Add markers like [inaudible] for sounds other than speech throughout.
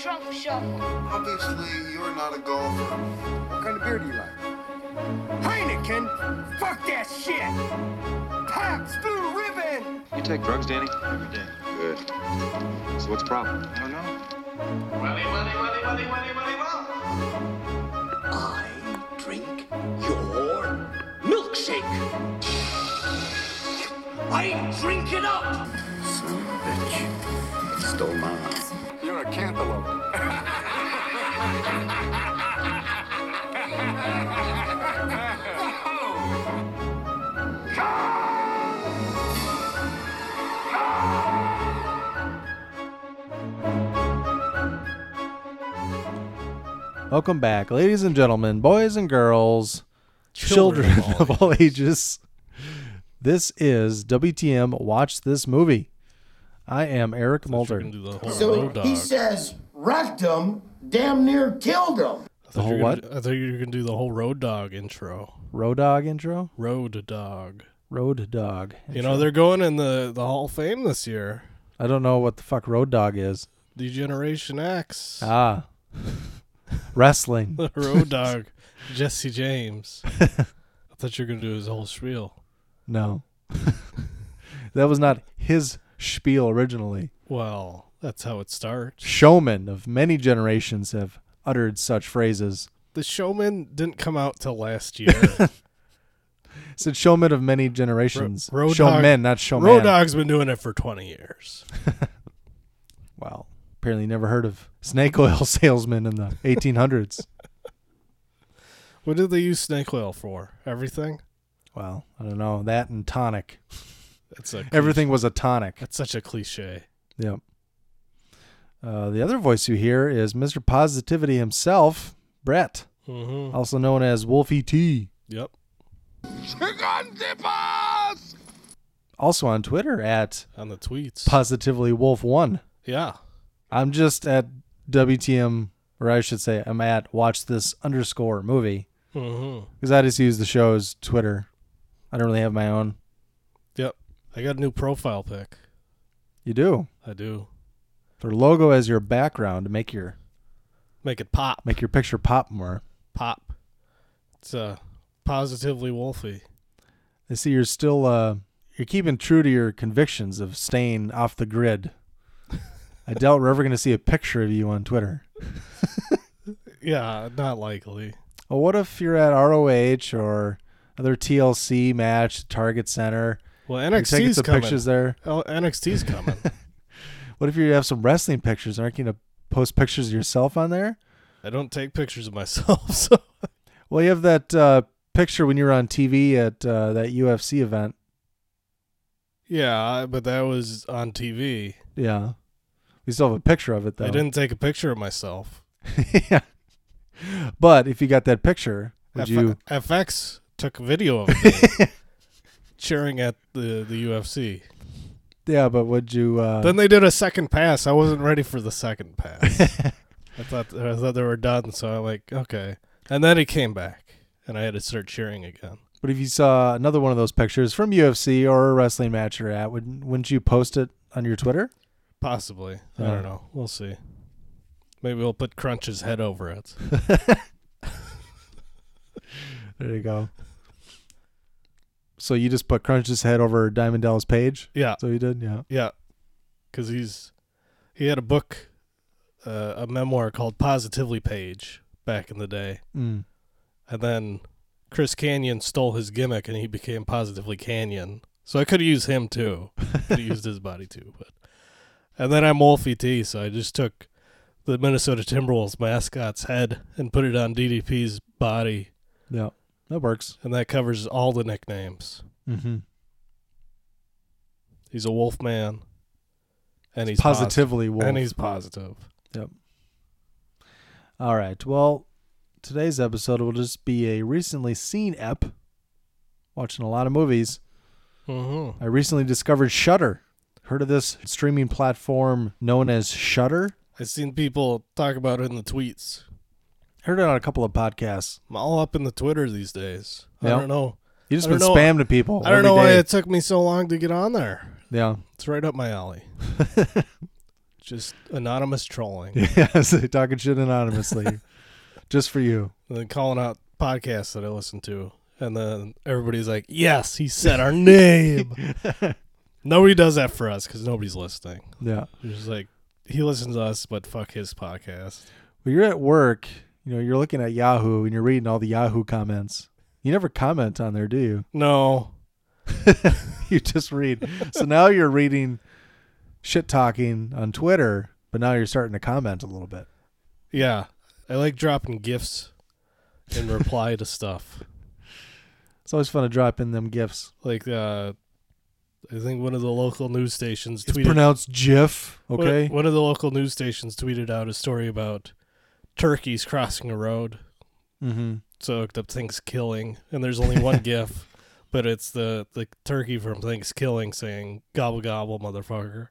shovel. Obviously, you're not a golfer. What kind of beer do you like? Heineken? Fuck that shit! Pabst Blue Ribbon! You take drugs, Danny? Every day. Good. So what's the problem? I don't know. Willy, willy, willy, willy, willy, willy, well. I drink your milkshake. I drink it up. Son of a bitch. Stole mine. You're a cantaloupe. Welcome back, ladies and gentlemen, boys and girls, children, of, all ages. This is WTM Watch This Movie. I am Eric Mulder. Gonna do the whole So road dog. he says, wrecked him, damn near killed him. I thought The you whole were gonna- I thought you were gonna do the whole road dog intro. Road Dog intro? Road dog. Road Dog. You know they're going in the the Hall of Fame this year. I don't know what the fuck Road Dog is. The Generation X. Ah. Wrestling. [laughs] The road dog, [laughs] Jesse James. I thought you were gonna do his whole spiel. No. [laughs] that was not his spiel originally. Well, that's how it starts. Showmen of many generations have uttered such phrases. The Showman didn't come out till last year. [laughs] It said showmen of many generations. Road showmen, Dog- not showman. Road Dog's been doing it for twenty years. Wow. Apparently never heard of snake [laughs] oil salesman in the 1800s. What did they use snake oil for? Everything. Well, I don't know. That and tonic. That's a Everything was a tonic. That's such a cliche. Yep. Uh, the other voice you hear is Mr. Positivity himself, Brett, Mm-hmm. also known as Wolfie T. Yep. Chicken dippers! Also on Twitter at On the tweets. Positively Wolf One. yeah. I'm just at WTM, or I should say, I'm at Watch This underscore movie Mm-hmm. because I just use the show's Twitter. I don't really have my own. Yep. I got a new profile pic. You do I do. their logo as your background to make your Make it pop. make your picture pop more. pop. It's uh, positively wolfy. I see you're still uh, you're keeping true to your convictions of staying off the [laughs] grid. I doubt we're ever going to see a picture of you on Twitter. Yeah, not likely. Well, what if you're at ROH or other TLC match, Target Center? Well, You're taking NXT's some coming. pictures there. Oh, [laughs] NXT's coming. What if you have some wrestling pictures? Aren't you going to post pictures of yourself on there? I don't take pictures of myself, [laughs] so Well, you have that uh, picture when you were on TV at uh, that UFC event. yeah. I- But that was on TV. Yeah. We still have a picture of it, though. I didn't take a picture of myself. [laughs] yeah. But if you got that picture, would F- you? FX took [laughs] video of me cheering at the the UFC. Yeah, but would you? Uh, Then they did a second pass. I wasn't ready for the second pass. I thought I thought they were done, so I like okay. And then he came back, and I had to start cheering again. but if you saw another one of those pictures from UFC or a wrestling match you're at, wouldn't wouldn't you post it on your [laughs] Twitter? Possibly. I Yeah. don't know. We'll see. Maybe we'll put Crunch's head over it. There you go. So you just put Crunch's head over Diamond Dallas Page. Yeah. So you did, yeah. Yeah. Cuz he's he had a book uh, a memoir called Positively Page back in the day. Mm. And then Chris Canyon stole his gimmick and he became Positively Canyon. So I could have used [laughs] him too. Could have used his body too, but and then I'm Wolfie T, so I just took the Minnesota Timberwolves mascot's head and put it on DDP's body, Yeah, that works. and that covers all the nicknames. Mm-hmm. He's a wolf man, and he's positive, Positively, Wolf. and he's positive. All right. Well, today's episode will just be a recently seen ep. Watching a lot of movies. Mm-hmm. I recently discovered Shudder. Heard of this streaming platform known as Shudder? I've seen people talk about it in the tweets. Heard it on a couple of podcasts. I'm all up in the Twitter these days. Yeah. I don't know. You just I been don't know- spam to people. I don't every [laughs] know why day. it took me so long to get on there. yeah. It's right up my alley. Just anonymous trolling. yes, talking shit [laughs] anonymously, just for you. And then calling out podcasts that I listen to. And then everybody's like, yes, he said our name. Nobody does that for us because nobody's listening. Yeah. It's just like, he listens to us, but fuck his podcast. Well, you're at work. You know, you're looking at Yahoo and you're reading all the Yahoo comments. You never comment on there, do you? No. [laughs] you just read. So now you're reading shit talking on Twitter, but now you're starting to comment a little bit. Yeah. I like dropping gifts in reply to stuff. It's always fun to drop in them gifts. Like, uh, I think one of the local news stations It's tweeted. pronounced GIF, one- okay? One of the local news stations tweeted out a story about turkeys crossing a road. Mm-hmm. so I looked up Thanksgiving, and there's [laughs] only one GIF, but it's the the turkey from Thanksgiving saying "gobble gobble, motherfucker."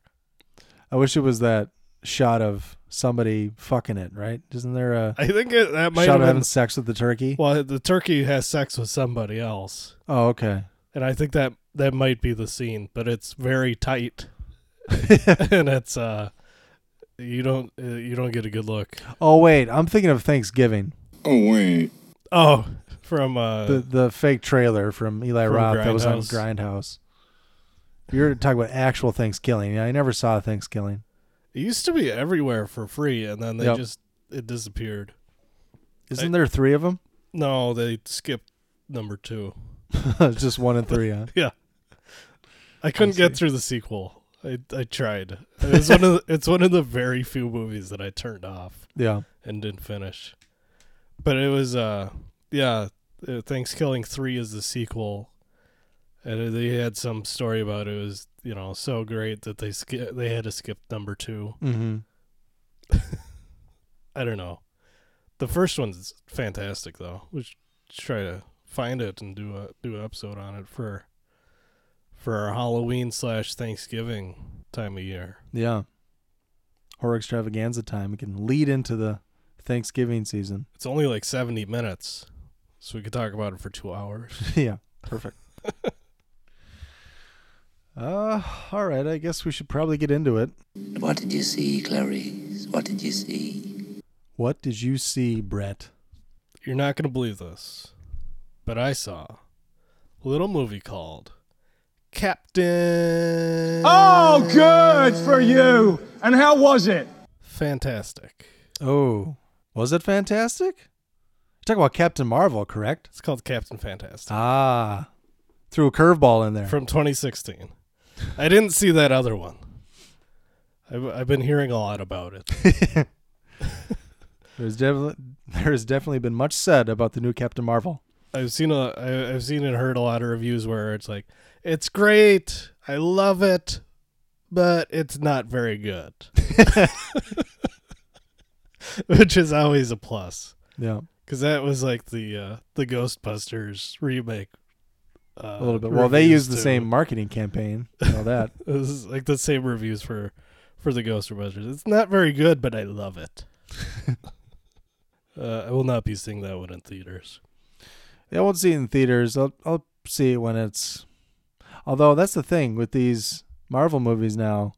I wish it was that shot of somebody fucking it, right? Isn't there a I think it, that might shot of have been. having sex with the turkey? Well, the turkey has sex with somebody else, Oh, okay. and I think that that might be the scene, but it's [laughs] very tight, and it's uh, you don't uh, you don't get a good look. Oh, wait. I'm thinking of Thanksgiving. Oh, wait. Oh, from uh, the the fake trailer from Eli From Roth that was on Grindhouse. Grindhouse. You're talking about actual Thanksgiving. Yeah, I never saw Thanksgiving. it used to be everywhere for free, and then they Yep. just it disappeared. Isn't there three of them? No, they skipped number two. [laughs] [laughs] Just one and three, huh? I couldn't get through the sequel. I, I tried. It's one of the, [laughs] it's one of the very few movies that I turned off Yeah. and didn't finish. But it was uh yeah, uh, Thanksgiving 3 is the sequel. And they had some story about it was, you know, so great that they sk- they had to skip number 2. Mm-hmm. I don't know. The first one's fantastic though. We should try to find it and do a do an episode on it for for our Halloween slash Thanksgiving time of year. Yeah. Horror extravaganza time. It can lead into the Thanksgiving season. [laughs] It's only like seventy minutes, so we could talk about it for two hours. [laughs] yeah. Perfect. [laughs] uh, all right. I guess we should probably get into it. What did you see, Clarice? What did you see? What did you see, Brett? You're not gonna believe this, but I saw a little movie called Captain. Oh, good for you. And how was it? Fantastic. Oh, was it fantastic? You're talking about Captain Marvel, correct? It's called Captain Fantastic. Ah, threw a curveball in there. from 2016. I didn't see that other one. I've, I've been hearing a lot about it. [laughs] There's definitely there has definitely been much said about the new Captain Marvel. I've seen a I, I've seen and heard a lot of reviews where it's like, it's great, I love it, but it's not very good, [laughs] which is always a plus. Yeah, Because that was like the uh, the Ghostbusters remake. Uh, a little bit. Well, they reviews used the too. same marketing campaign and all that. [laughs] It was like the same reviews for for the Ghostbusters. It's not very good, but I love [laughs] it. uh, I will not be seeing that one in theaters. [laughs] Yeah, I won't see it in theaters. I'll I'll see it when it's. Although that's the thing with these Marvel movies now,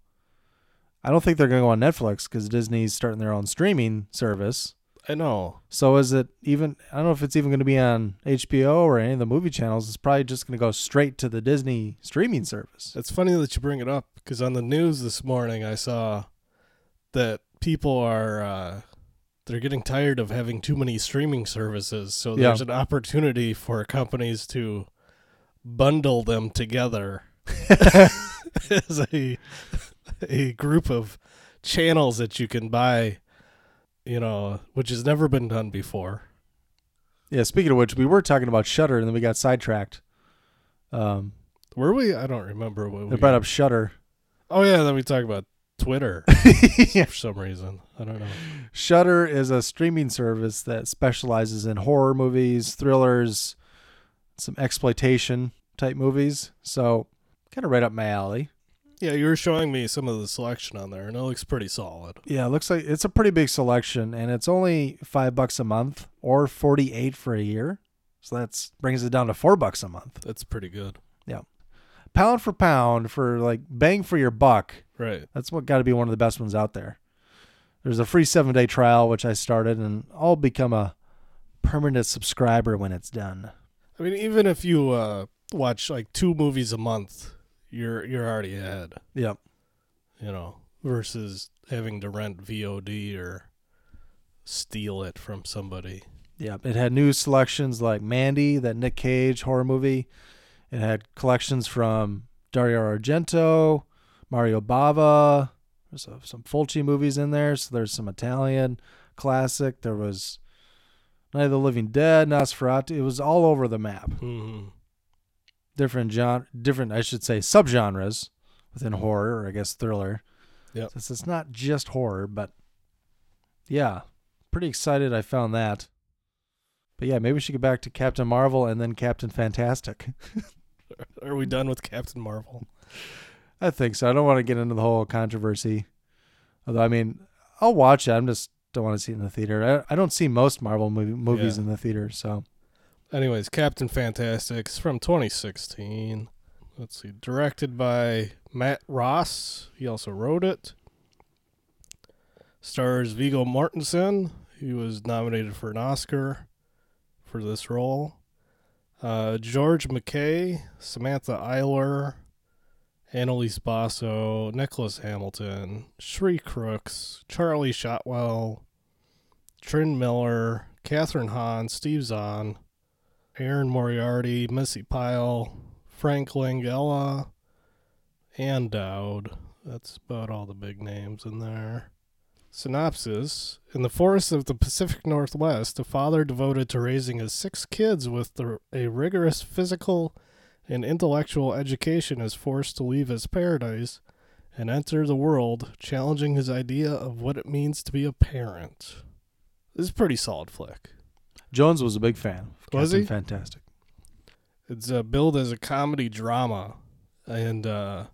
I don't think they're going to go on Netflix because Disney's starting their own streaming service. I know. So is it even? I don't know if it's even going to be on HBO or any of the movie channels. It's probably just going to go straight to the Disney streaming service. It's funny that you bring it up because on the news this morning I saw that people are uh, they're getting tired of having too many streaming services. So Yeah. there's an opportunity for companies to bundle [laughs] them together [laughs] as a a group of channels that you can buy. You know, which has never been done before. Yeah. Speaking of which, we were talking about Shutter, and then we got sidetracked. Um, Were we? I don't remember what they we brought up [laughs] Shutter. Oh yeah, then we talk about [laughs] Twitter for some reason. I don't know. Shutter is a streaming service that specializes in horror movies, thrillers, some exploitation type movies. So kind of right up my alley. Yeah, you were showing me some of the selection on there, and it looks pretty solid. Yeah, it looks like it's a pretty big selection, and it's only five bucks a month or forty eight for a year. So that's brings it down to four bucks a month. That's pretty good. pound for pound for like bang for your buck. Right. That's what got to be one of the best ones out there. There's a free seven day trial which I started, and I'll become a permanent subscriber when it's done. I mean, even if you uh, watch like two movies a month, you're you're already ahead. Yep. You know, versus having to rent VOD or steal it from somebody. Yep. It had new selections like Mandy, that Nick Cage horror movie. It had collections from Dario Argento, Mario Bava. There's uh, some Fulci movies in there. So there's some Italian classic. There was Night of the Living Dead, Nosferatu. It was all over the map. Mm-hmm. different genre, different I should say subgenres within horror or I guess thriller. Yep. Since it's not just horror, but yeah, pretty excited I found that. But yeah, maybe we should get back to Captain Marvel and then Captain Fantastic. [laughs] Are we done with Captain Marvel? I think so. I don't want to get into the whole controversy. Although I mean, I'll watch it. I'm just don't want to see it in the theater. I, I don't see most Marvel movie, movies Yeah. in the theater, so Anyways, Captain Fantastic's from 2016. Let's see, directed by Matt Ross. He also wrote it. Stars Vigo Mortensen. He was nominated for an Oscar for this role. Uh, George McKay, Samantha Eiler, Annalise Basso, Nicholas Hamilton, Shree Crooks, Charlie Shotwell, Trin Miller, Catherine Hahn, Steve Zahn, Aaron Moriarty, Missy Pyle, Frank Langella, and Dowd. That's about all the big names in there. Synopsis In the forests of the Pacific Northwest, a father devoted to raising his six kids with the, a rigorous physical and intellectual education is forced to leave his paradise and enter the world, challenging his idea of what it means to be a parent. This is a pretty solid flick. Jones was a big fan. Of Was Captain he? Fantastic. It's uh, billed as a comedy drama, and uh,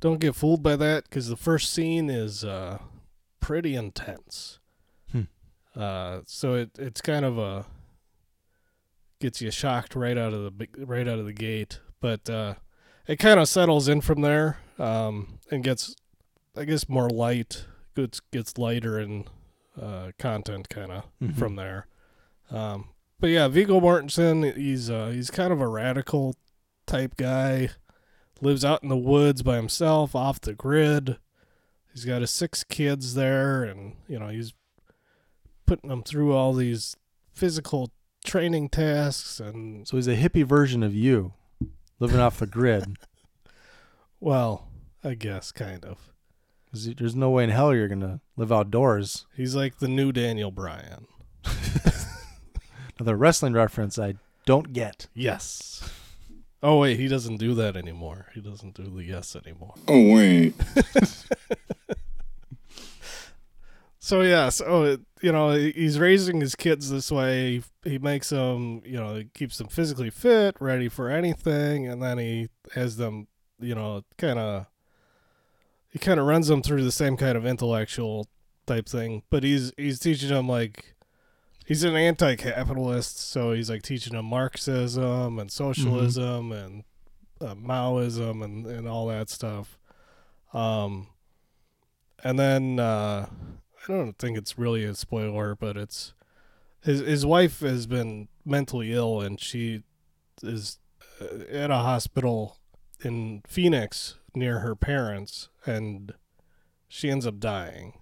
don't get fooled by that because the first scene is uh, pretty intense. Hmm. Uh, so it it's kind of a gets you shocked right out of the big- right out of the gate, but uh, it kind of settles in from there um, and gets, I guess, more light. Gets gets lighter in uh, content kind of Mhm. from there. Um, but yeah, Vigo Mortensen, he's uh, he's kind of a radical type guy. Lives out in the woods by himself, off the grid. He's got his six kids there, and you know he's putting them through all these physical training tasks. And So he's a hippie version of you, living off the grid. well, I guess kind of. 'Cause you- There's no way in hell you're gonna live outdoors. He's like the new Daniel Bryan. Another wrestling reference I don't get. Yes. Oh wait, he doesn't do that anymore. He doesn't do the yes anymore. Oh, wait. So yeah, so it, you know he- he's raising his kids this way. He makes them, you know, he keeps them physically fit, ready for anything, and then he has them, you know, kind of. He kind of runs them through the same kind of intellectual type thing, but he's he's teaching them like, he's an anti-capitalist, so he's like teaching them Marxism and socialism and uh, Maoism and and all that stuff. Um, and then uh, I don't think it's really a spoiler, but it's his his wife has been mentally ill and she is uh, at a hospital in Phoenix near her parents, and she ends up dying.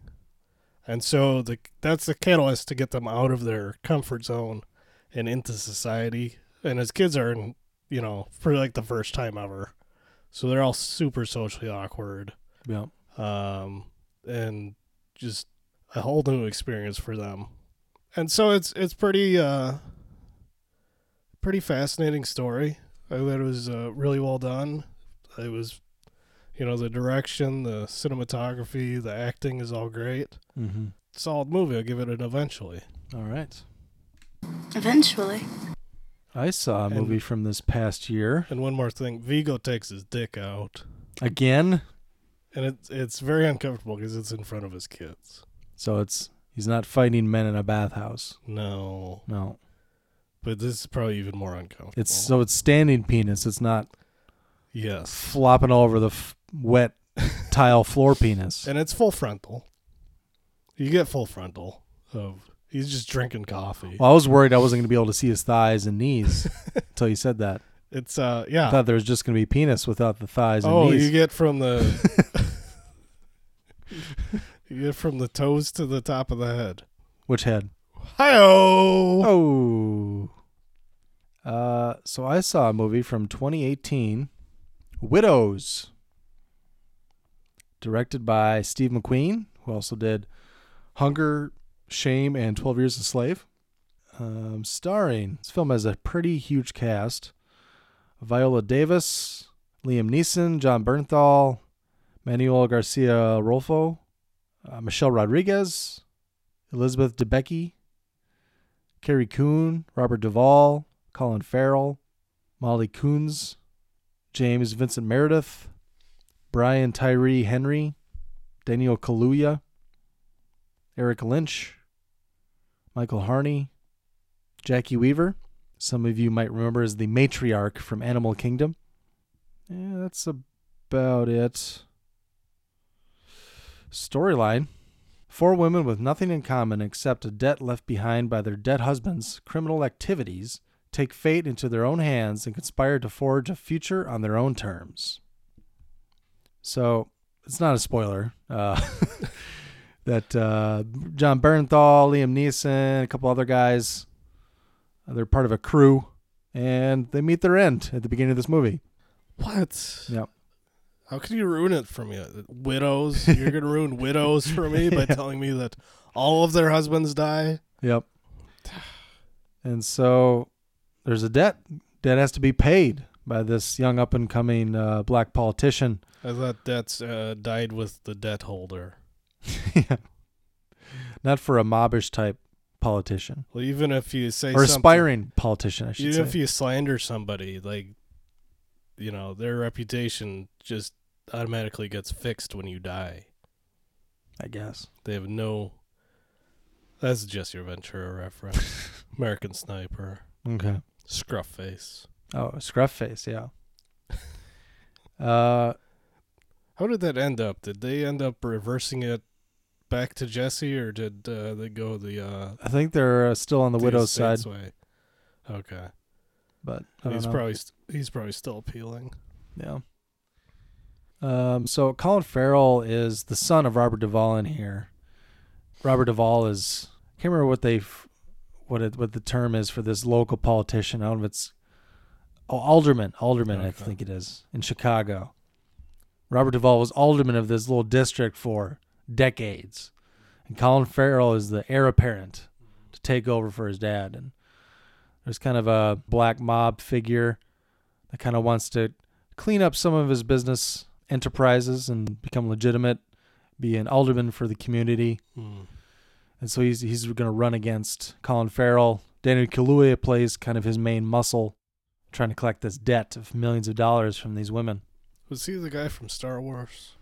And so the that's the catalyst to get them out of their comfort zone and into society. And his kids are, in, you know, for like the first time ever, so they're all super socially awkward Yeah. um, and just a whole new experience for them. And so it's it's pretty uh, pretty fascinating story. I thought it was uh, really well done. It was, you know, the direction, the cinematography, the acting is all great. Mm-hmm. Solid movie. I'll give it an eventually. All right. Eventually. I saw a And- movie from this past year And one more thing, Vigo takes his dick out, again. and it's it's very uncomfortable because it's in front of his kids. So it's he's not fighting men in a bathhouse. No, No, but this is probably even more uncomfortable. it's so it's standing penis. It's not Yes. flopping all over the f- [laughs] wet tile floor penis. And it's full frontal. You get full frontal of he's just drinking coffee. Well, I was worried I wasn't going to be able to see his thighs and [laughs] knees until you said that. It's uh I yeah. thought there was just going to be penis without the thighs and Oh, knees. you get [laughs] from the [laughs] You get from the toes to the top of the head. Which head? Hi-oh! Oh. Uh, so I saw a movie from 2018, Widows, directed by Steve McQueen, who also did Hunger, Shame, and 12 Years a Slave. Um, starring, this film has a pretty huge cast Viola Davis, Liam Neeson, John Bernthal, Manuel Garcia Rolfo, uh, Michelle Rodriguez, Elizabeth Debicki, Carrie Coon, Robert Duvall, Colin Farrell, Molly Coons, James Vincent Meredith, Brian Tyree Henry, Daniel Kaluuya, Eric Lynch, Michael Harney, Jackie Weaver. Some of you might remember as the matriarch from Animal Kingdom. Yeah, that's about it. Storyline. Four women with nothing in common except a debt left behind by their dead husbands' criminal activities take fate into their own hands and conspire to forge a future on their own terms. So it's not a spoiler uh, [laughs] that uh, John Bernthal, Liam Neeson, a couple other guys, they're part of a crew and they meet their end at the beginning of this movie. What? Yep. How can you ruin it for me? Uh, Widows? You're gonna ruin widows for [laughs] me by telling me that all of their husbands die? Yep. And so there's a debt that has to be paid by this young up and coming uh, black politician. [laughs] I thought that's uh, died with the debt holder. Not for a mobbish type politician Well, even if you say or something- aspiring politician, I should even say. if you slander somebody, like you know, their reputation just automatically gets fixed when you die. I guess. They have no. That's just your Ventura reference. [laughs] American Sniper, Okay. Scruff Face. Oh, scruff face. Yeah. [laughs] Uh, How did that end up? Did they end up reversing it back to Jesse, or did uh, they go the uh, I think they're uh, still on the the widow's side, estate's way? Okay, but I don't he's know. probably st- he's probably still appealing. Yeah. Um, so Colin Farrell is the son of Robert Duvall in here. Robert Duvall is I can't remember what they f- what it what the term is for this local politician. I don't know if it's oh, alderman, alderman I Okay. think it is in Chicago. Robert Duvall was alderman of this little district for decades, and Colin Farrell is the heir apparent to take over for his dad. And there's kind of a black mob figure that kind of wants to clean up some of his business enterprises and become legitimate, be an alderman for the community. Hmm. And so he's he's going to run against Colin Farrell. Daniel Kaluuya plays kind of his main muscle, trying to collect this debt of millions of dollars from these women. Was he the guy from Star Wars?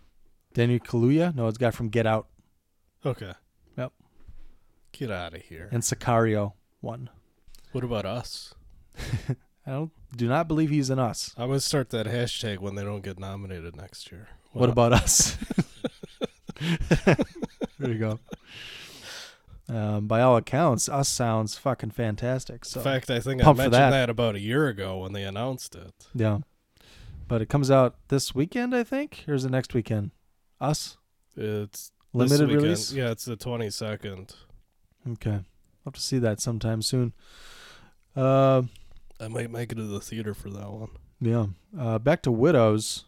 Daniel Kaluuya, no, it's a guy from Get Out Okay. Yep. Get out of here. and Sicario one. what about us? I don't do not believe he's in us. I'm gonna start that hashtag when they don't get nominated next year. What about [laughs] us? [laughs] there you go. Um, by all accounts, us sounds fucking fantastic. So In fact, I think I Pumped for mentioned that. that. about a year ago when they announced it. Yeah. But it comes out this weekend, I think. Or is it next weekend? Us? It's this Limited weekend. release? Yeah, it's the 22nd. Okay. I'll have to see that sometime soon. Uh, I might make it to the theater for that one. yeah. Uh, back to Widows.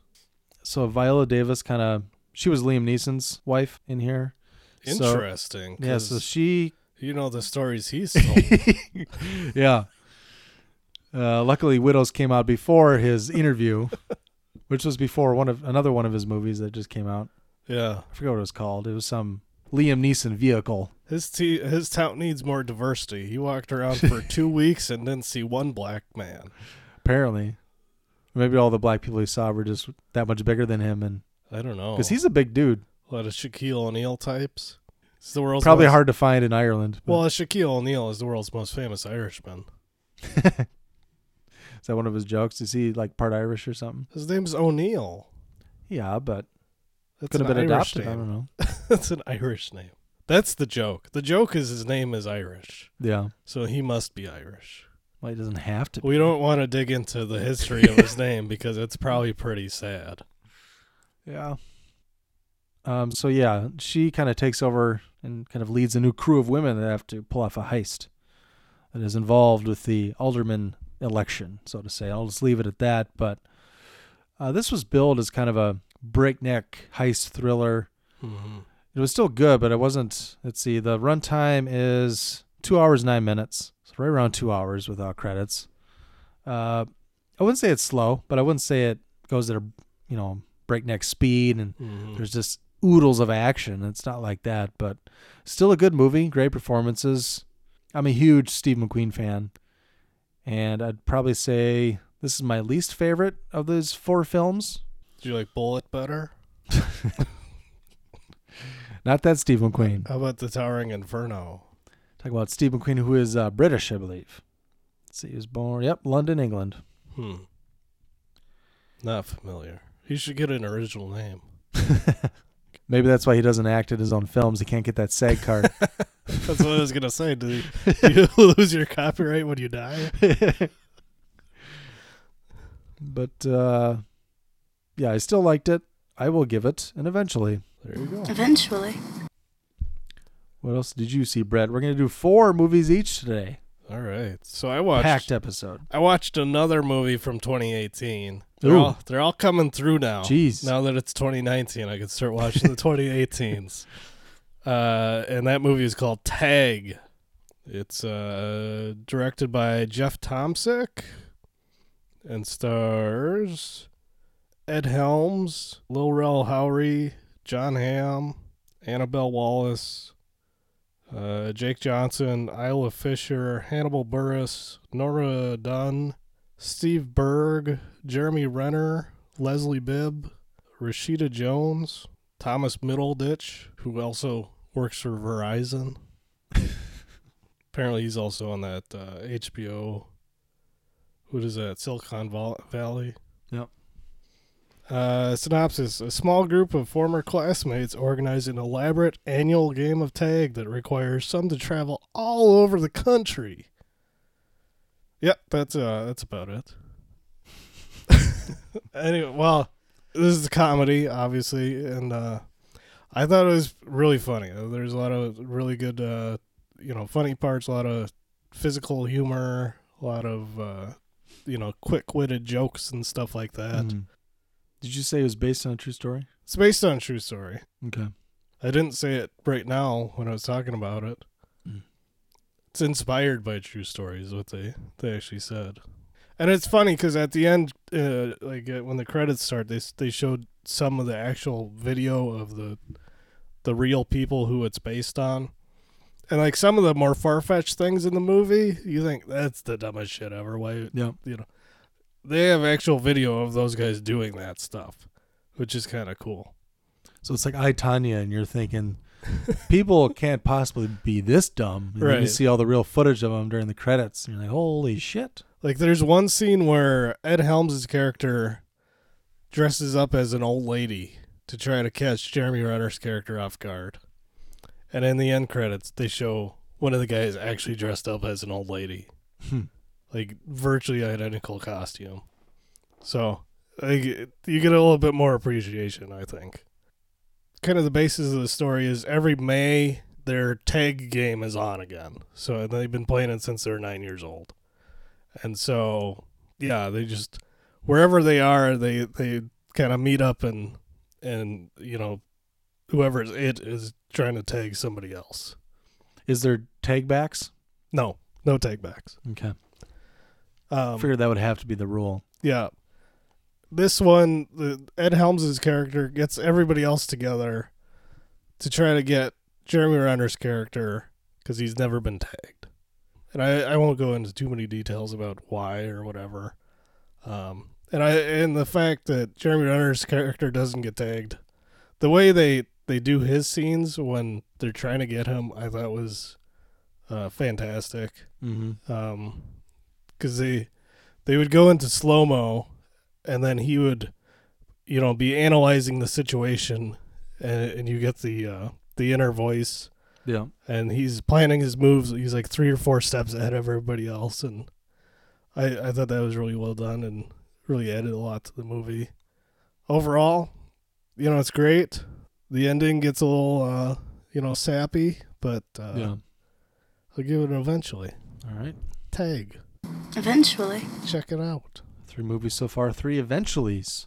So Viola Davis kind of, she was Liam Neeson's wife in here. So- Interesting. Yeah. So 'cause she, [laughs] you know the stories he's told. yeah. Uh, luckily, Widows came out before his interview, which was before one of another one of his movies that just came out. yeah, I forget what it was called. It was some Liam Neeson vehicle. his t- his town needs more diversity. He walked around [laughs] for two weeks and didn't see one black man. Apparently, maybe all the black people he saw were just that much bigger than him, and I don't know. because he's a big dude, a lot of Shaquille O'Neal types. He's the world's probably most- hard to find in Ireland. but- Well, Shaquille O'Neal is the world's most famous Irishman. that one of his jokes? [laughs] Is he like part Irish or something? His name's O'Neill. Yeah, but That's could have an been Irish adopted. I name. don't know. [laughs] That's an Irish name. That's the joke. The joke is his name is Irish, Yeah. so he must be Irish. Well, he doesn't have to. be. We don't want to dig into the history [laughs] of his name because it's probably pretty sad. Yeah. Um, so yeah, she kind of takes over and kind of leads a new crew of women that have to pull off a heist that is involved with the alderman election, so to say. I'll just leave it at that. But uh, this was billed as kind of a breakneck heist thriller. It was still good, but it wasn't. Let's see, the runtime is two hours nine minutes, so right around two hours without credits. Uh, I wouldn't say it's slow, but I wouldn't say it goes at a you know breakneck speed and there's just oodles of action. It's not like that, but still a good movie. Great performances. I'm a huge Steve McQueen fan, and I'd probably say this is my least favorite of those four films. Do you like Bullet better? Not that Steve McQueen. How about the Towering Inferno? Talk about Steve McQueen, who is uh, British, I believe. Let's see, he was born, yep, London, England. Hmm. Not familiar. He should get an original name. Maybe that's why he doesn't act in his own films. He can't get that SAG card. That's what I was gonna say. [laughs] Do you, do you [laughs] lose your copyright when you die? but uh, yeah, I still liked it. I will give it, and eventually. There you go. Eventually. What else did you see, Brett? We're gonna do four movies each today. All right. So I watched. Packed episode. I watched another movie from 2018. They're Ooh. all they're all coming through now. Jeez. Now that it's 2019, I can start watching the 2018s. Uh, and that movie is called Tag. It's uh, directed by Jeff Tomsick and stars Ed Helms, Lil Rel Howery, John Hamm, Annabelle Wallace, uh, Jake Johnson, Isla Fisher, Hannibal Burris, Nora Dunn, Steve Berg, Jeremy Renner, Leslie Bibb, Rashida Jones, Thomas Middleditch, who also works for Verizon. Apparently, he's also on that uh, HBO. What is that? Silicon Val- Valley. Yep. Uh, synopsis A small group of former classmates organize an elaborate annual game of tag that requires some to travel all over the country. Yep, that's uh, that's about it. [laughs] anyway, well, this is a comedy, obviously, and uh, I thought it was really funny. Uh, There's a lot of really good, uh, you know, funny parts, a lot of physical humor, a lot of, uh, you know, quick witted jokes and stuff like that. Mhm. Did you say it was based on a true story? It's based on a true story. Okay. I didn't say it right now when I was talking about it. It's inspired by true stories, what they they actually said, and it's funny because at the end, uh, like uh, when the credits start, they s- they showed some of the actual video of the the real people who it's based on, and like some of the more far fetched things in the movie, you think that's the dumbest shit ever. Why Yeah. you know they have actual video of those guys doing that stuff, which is kind of cool. So it's like I Tanya, and you're thinking [laughs] people can't possibly be this dumb. And then you Right. see all the real footage of them during the credits, and you're like, holy shit. Like there's one scene where Ed Helms' character dresses up as an old lady to try to catch Jeremy Renner's character off guard. And in the end credits, they show one of the guys actually dressed up as an old lady. Like virtually identical costume. So, like it- you get a little bit more appreciation, I think. Kind of the basis of the story is every May their tag game is on again. So they've been playing it since they're 9 years old and so yeah they just wherever they are they they kind of meet up and and you know whoever's it is trying to tag somebody else Is there tag backs? no no tag backs Okay. I um, figured that would have to be the rule. yeah this one the ed helms's character gets everybody else together to try to get jeremy renner's character because he's never been tagged and I, I won't go into too many details about why or whatever um, and i and the fact that jeremy renner's character doesn't get tagged the way they they do his scenes when they're trying to get him i thought was uh, fantastic Mm-hmm. um because they they would go into slow mo, and then he would, you know, be analyzing the situation, and, and you get the uh, the inner voice, Yeah. and he's planning his moves. He's like three or four steps ahead of everybody else, and I I thought that was really well done and really added a lot to the movie. Overall, you know, it's great. The ending gets a little, uh, you know, sappy, but uh, yeah. I'll give it an eventually. All right. Tag, Eventually. check it out. Three movies so far, three eventuallys.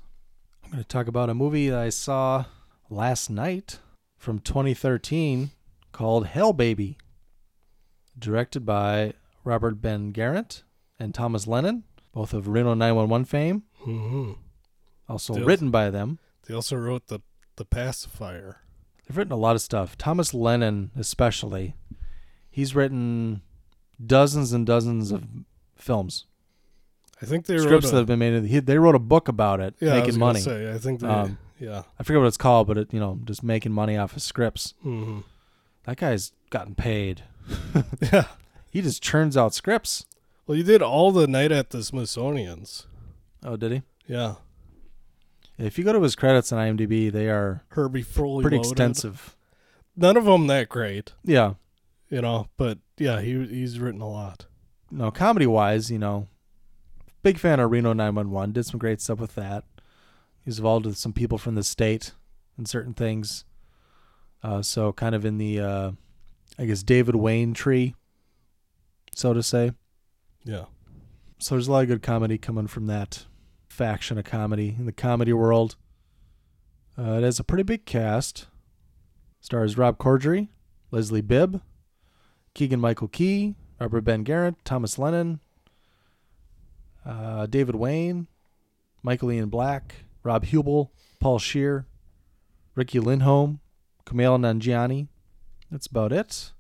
I'm going to talk about a movie that I saw last night from 2013 called Hell Baby, directed by Robert Ben Garrett and Thomas Lennon, both of Reno 911 fame, Mm-hmm. also Yes. written by them. They also wrote the the pacifier. They've written a lot of stuff. Thomas Lennon, especially, he's written dozens and dozens of films, I think they scripts wrote that a, have been made. He, they wrote a book about it, yeah, I was making gonna money. Say, I think they, Um, yeah. [laughs] I forget what it's called, but it, you know, just making money off of scripts. Mm-hmm. That guy's gotten paid. [laughs] Yeah. He just churns out scripts. Well, you did all the night at the Smithsonian's. Oh, did he? Yeah. If you go to his credits on IMDb, they are Herbie Fully pretty Loaded. extensive. None of them that great, Yeah. you know. But yeah, he he's written a lot. No, comedy wise, you know, big fan of Reno 911. Did some great stuff with that. He's involved with some people from the state and certain things. Uh, so kind of in the, uh, I guess David Wayne tree, so to say. Yeah. So there's a lot of good comedy coming from that faction of comedy in the comedy world. Uh, it has a pretty big cast. Stars Rob Corddry, Leslie Bibb, Keegan Michael Key, Robert Ben Garrett, Thomas Lennon, uh, David Wayne, Michael Ian Black, Rob Hubel, Paul Shear, Ricky Lindholm, Kumail Nanjiani. That's about it.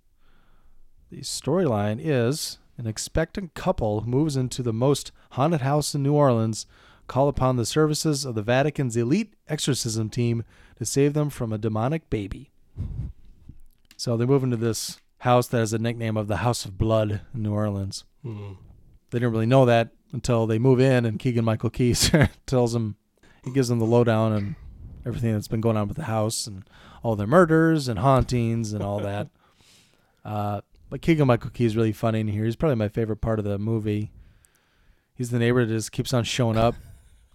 The storyline is an expectant couple who moves into the most haunted house in New Orleans call upon the services of the Vatican's elite exorcism team to save them from a demonic baby. So they move into this house that has a nickname of the House of Blood in New Orleans. They didn't really know that until they move in and Keegan Michael Key [laughs] tells them he gives them the lowdown and everything that's been going on with the house and all their murders and hauntings and all that. Uh, but Keegan Michael Key is really funny in here. He's probably my favorite part of the movie. He's the neighbor that just keeps on showing up,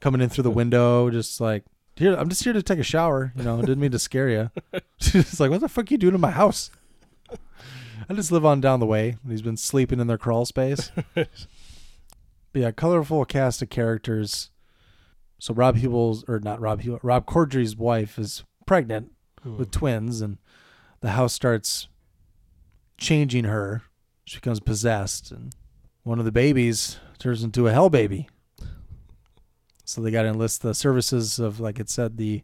coming in through the window, just like here. I'm just here to take a shower. You know, didn't mean to scare [laughs] you. It's like, what the fuck you doing in my house? I just live on down the way. And he's been sleeping in their crawl space. but yeah, colorful cast of characters. So Rob Hubel's or not Rob Hubel, Rob Corddry's wife is pregnant with twins, and the house starts changing her. She becomes possessed, and one of the babies turns into a hell baby. So they got to enlist the services of, like it said, the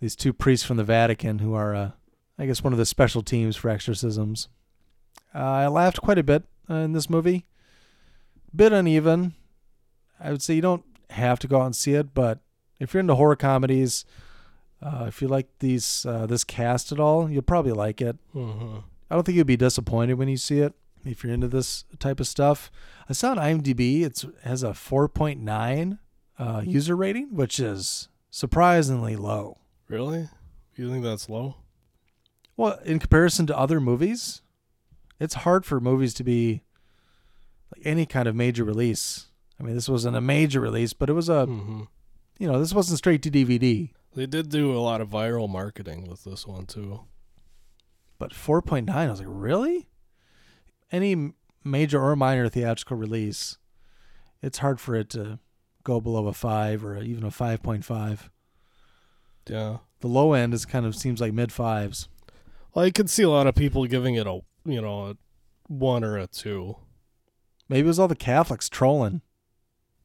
these two priests from the Vatican who are, uh, I guess, one of the special teams for exorcisms. Uh, I laughed quite a bit uh, in this movie. Bit uneven. I would say you don't have to go out and see it, but if you're into horror comedies, uh, if you like these uh, this cast at all, you'll probably like it. Mm-hmm. I don't think you'd be disappointed when you see it if you're into this type of stuff. I saw on IMDb it's has a 4.9 uh, user rating, which is surprisingly low. Really? You think that's low? Well, in comparison to other movies, it's hard for movies to be like any kind of major release. I mean, this wasn't a major release, but it was a Mm-hmm. you know this wasn't straight to DVD. They did do a lot of viral marketing with this one too. But 4.9, I was like, really? Any m- major or minor theatrical release, it's hard for it to go below a 5 or even a 5.5. Yeah. The low end is kind of seems like mid fives. Well, I could see a lot of people giving it a you know a one or a two. Maybe it was all the Catholics trolling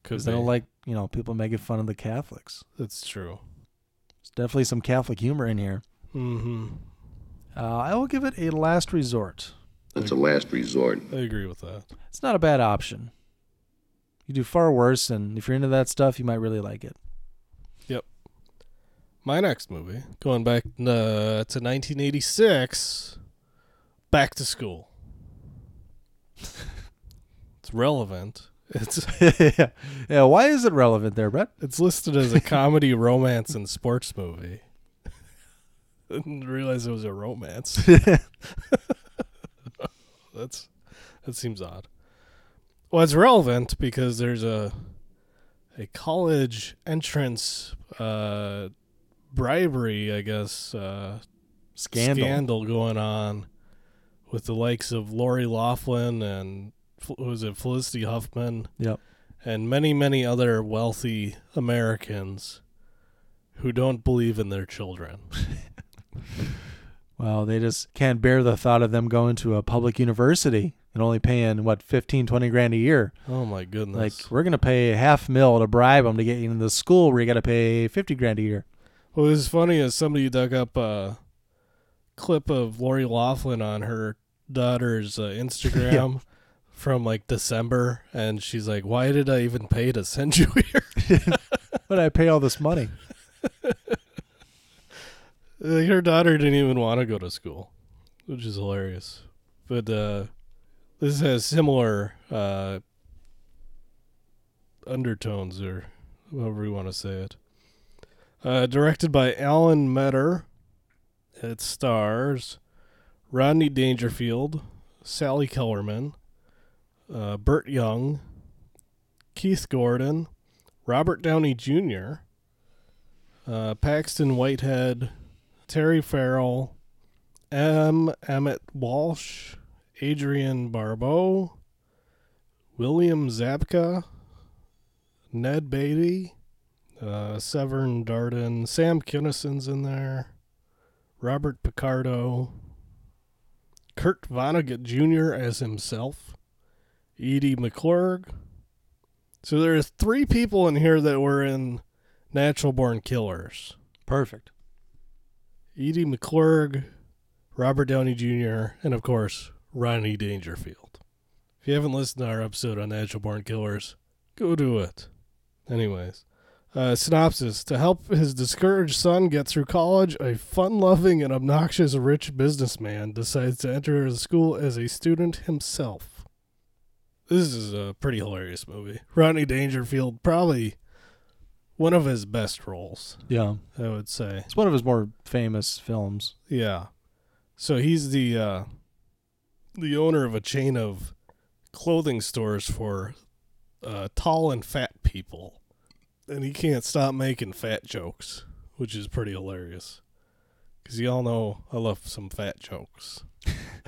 Could because they be. don't like, you know, people making fun of the Catholics. That's true. There's definitely some Catholic humor in here. Mm-hmm. Uh, I will give it a last resort. That's a last resort. I agree with that. It's not a bad option. You do far worse, and if you're into that stuff, you might really like it. My next movie, going back uh, to 1986, [laughs] Back to School. it's relevant. It's [laughs] yeah. yeah. Why is it relevant there, Brett? it's listed as a comedy, romance, and sports movie. [laughs] Didn't realize it was a romance. That's that seems odd. Well, it's relevant because there's a a college entrance uh, bribery, I guess, uh, Scandal. going on with the likes of Lori Laughlin and F- who was it Felicity Huffman Yep. and many many other wealthy Americans who don't believe in their children. [laughs] Well, they just can't bear the thought of them going to a public university and only paying what 15, 20 grand a year. Oh my Like goodness! we're gonna pay half mil to bribe them to get you into the school where you got to pay fifty grand a year. what was funny is somebody dug up a clip of Lori Laughlin on her daughter's uh, Instagram. From like December, and she's like, "Why did I even pay to send you [laughs] here?" But I pay all this money. Like her daughter didn't even want to go to school, which is hilarious. But uh, this has similar uh, undertones, or however you want to say it. Uh, directed by Alan Metter. It stars Rodney Dangerfield, Sally Kellerman, uh, Burt Young, Keith Gordon, Robert Downey Jr., uh, Paxton Whitehead, Terry Farrell, M. Emmett Walsh, Adrian Barbeau, William Zabka, Ned Beatty, uh, Severn Darden, Sam Kinnison's in there, Robert Picardo, Kurt Vonnegut Jr. as himself, Edie McClurg. So there are three people in here that were in Natural Born Killers. Perfect. Edie McClurg, Robert Downey Jr., and of course, Ronnie Dangerfield. If you haven't listened to our episode on Natural Born Killers, go do it. Anyways, uh, synopsis To help his discouraged son get through college, a fun loving and obnoxious rich businessman decides to enter the school as a student himself. This is a pretty hilarious movie. Ronnie Dangerfield, probably one of his best roles, Yeah, I would say. it's one of his more famous films. Yeah. So he's the uh the owner of a chain of clothing stores for uh tall and fat people. And he can't stop making fat jokes, which is pretty hilarious. Cuz y'all know I love some fat jokes.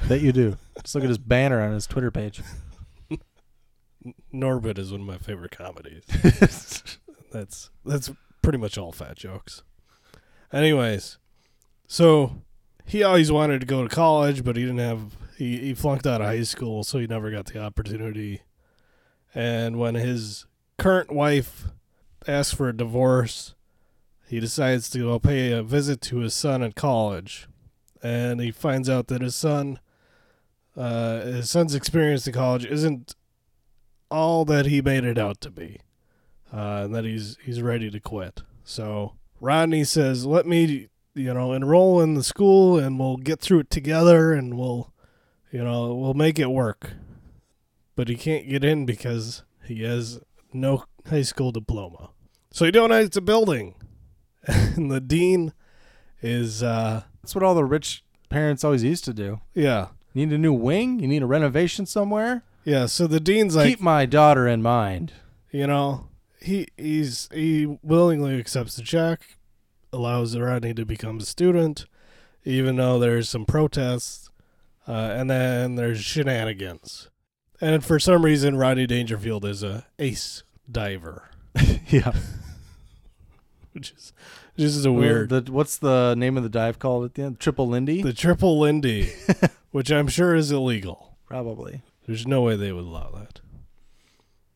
That you do. Just look at his banner on his Twitter page. Norbit is one of my favorite comedies. yeah, that's that's pretty much all fat jokes. Anyways, so he always wanted to go to college, but he didn't have he, he flunked out of high school, so he never got the opportunity. And when his current wife asks for a divorce, he decides to go pay a visit to his son at college, and he finds out that his son, uh, his son's experience at college isn't all that he made it out to be uh, and that he's he's ready to quit. So Rodney says, "Let me, you know, enroll in the school, and we'll get through it together, and we'll, you know, we'll make it work." But he can't get in because he has no high school diploma. So he donates a building, [laughs] and the dean is, uh, that's what all the rich parents always used to do. yeah, You need a new wing. You need a renovation somewhere. yeah. So the dean's like, Keep my daughter in mind. you know he he's he willingly accepts the check allows rodney to become a student even though there's some protests uh, and then there's shenanigans and for some reason rodney dangerfield is a ace diver yeah. which is this is a weird The, what's the name of the dive called at the end? Triple Lindy? the triple lindy which i'm sure is illegal Probably. There's no way they would allow that.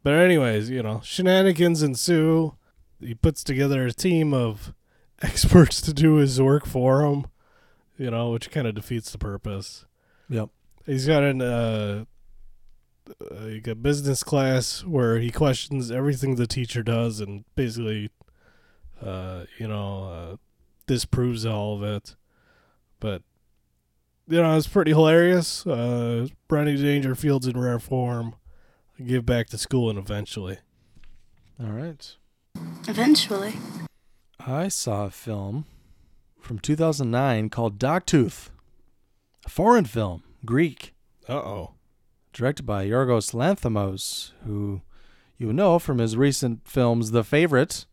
But anyways, you know, shenanigans ensue. He puts together a team of [laughs] experts to do his work for him, you know, which kind of defeats the purpose. Yep. He's got an uh, like a business class where he questions everything the teacher does and basically, uh, you know, uh, disproves all of it. But you know, it's pretty hilarious. Uh, Ronnie Dangerfield's in rare form. give back to school and eventually. All right. Eventually. I saw a film from 2009 called Dogtooth, a foreign film, Greek, Uh oh. directed by Yorgos Lanthimos, who you know from his recent films The Favorite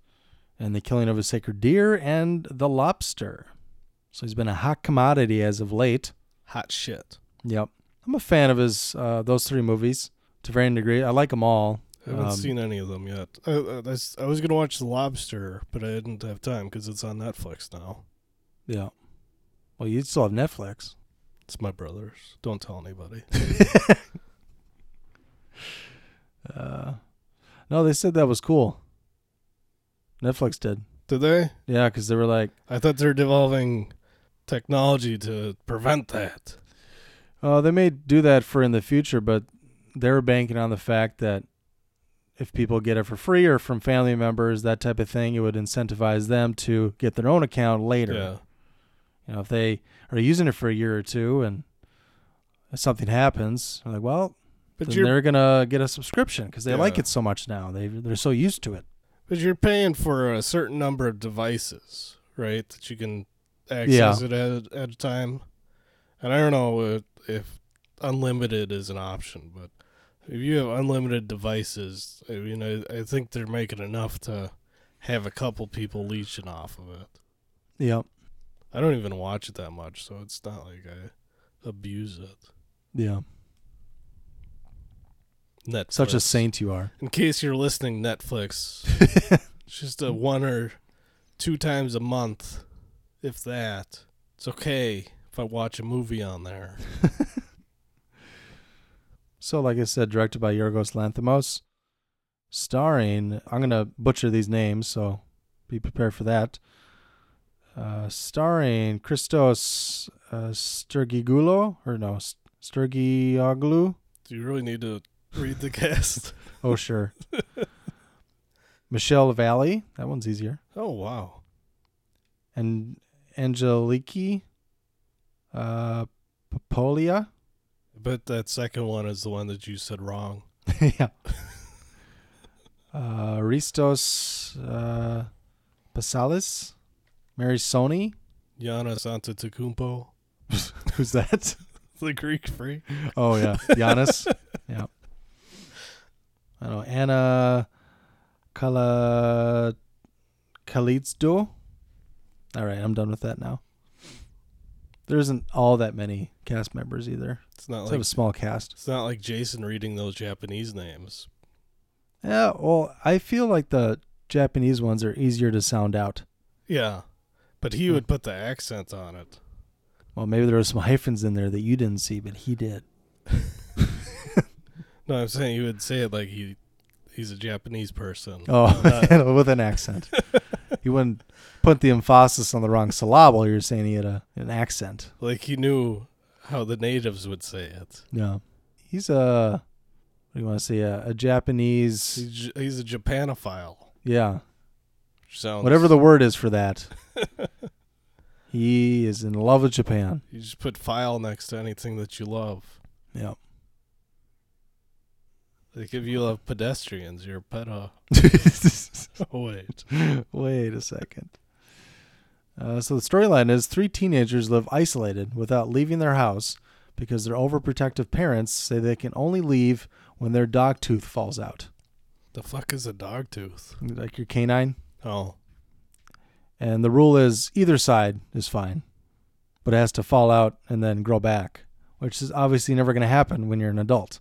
and The Killing of a Sacred Deer and The Lobster. So he's been a hot commodity as of late. Hot shit. Yep. I'm a fan of his uh, those three movies to varying degree. I like them all. I haven't Um, seen any of them yet. I, I- I s- I was going to watch The Lobster, but I didn't have time because it's on Netflix now. Yeah. Well, you still have Netflix. It's my brother's. Don't tell anybody. Uh, No, they said that was cool. Netflix did. Did they? Yeah, because they were like, I thought they're developing technology to prevent that. oh, they may do that for in the future, but they were banking on the fact that if people get it for free or from family members, that type of thing, it would incentivize them to get their own account later. Yeah. You know, if they are using it for a year or two and something happens, they're like, well, But then you're they're gonna get a subscription because they like Yeah. it so much now. They they're so used to it. but you're paying for a certain number of devices, right? That you can access it at, at a time. And I don't know if, if unlimited is an option, but if you have unlimited devices, I mean, I, I think they're making enough to have a couple people leeching off of it. Yep. I don't even watch it that much, so it's not like I abuse it. Yeah. Netflix. Such a saint you are. In case you're listening, Netflix, it's just a one or two times a month, if that. It's okay if I watch a movie on there. So, like I said, directed by Yorgos Lanthimos, starring, I'm going to butcher these names, so be prepared for that. Uh, starring Christos uh, Sturgigoulo, or no, S- Sturgioglou? Do you really need to read the [laughs] cast? Oh, sure. Michelle Valley, that one's easier. oh wow, And Angeliki uh, Popolia. I bet that second one is the one that you said wrong. [laughs] yeah. Uh, Ristos uh, Pasalis, Mary Sony. Giannis Antetokounmpo, Who's that? the Greek freak. Oh yeah, Giannis. yeah. I don't know Anna Kala Kalitzdo. All right, I'm done with that now. There isn't all that many cast members either. It's not It's like a small cast. it's not like Jason reading those Japanese names. Yeah, well, I feel like the Japanese ones are easier to sound out. Yeah, but he would put the accent on it. Well, maybe there were some [laughs] hyphens in there that you didn't see, but he did. No, I'm saying he would say it like he he's a Japanese person. [laughs] Oh, with an accent. [laughs] you wouldn't put the emphasis on the wrong syllable. You're saying he had a, an accent. Like he knew how the natives would say it. Yeah. He's a, what do you want to say, a, a Japanese, He's, J- he's a Japanophile. yeah, which Sounds, whatever the word is for [laughs] that. he is in love with Japan. You just put file next to anything that you love. Yeah. Like if you love pedestrians, you're a pedo. [laughs] Oh, wait. Wait a second. Uh, so the storyline is three teenagers live isolated without leaving their house because their overprotective parents say they can only leave when their dog tooth falls out, The fuck is a dog tooth? like your canine. Oh, And the rule is either side is fine, but it has to fall out and then grow back, which is obviously never going to happen when you're an adult.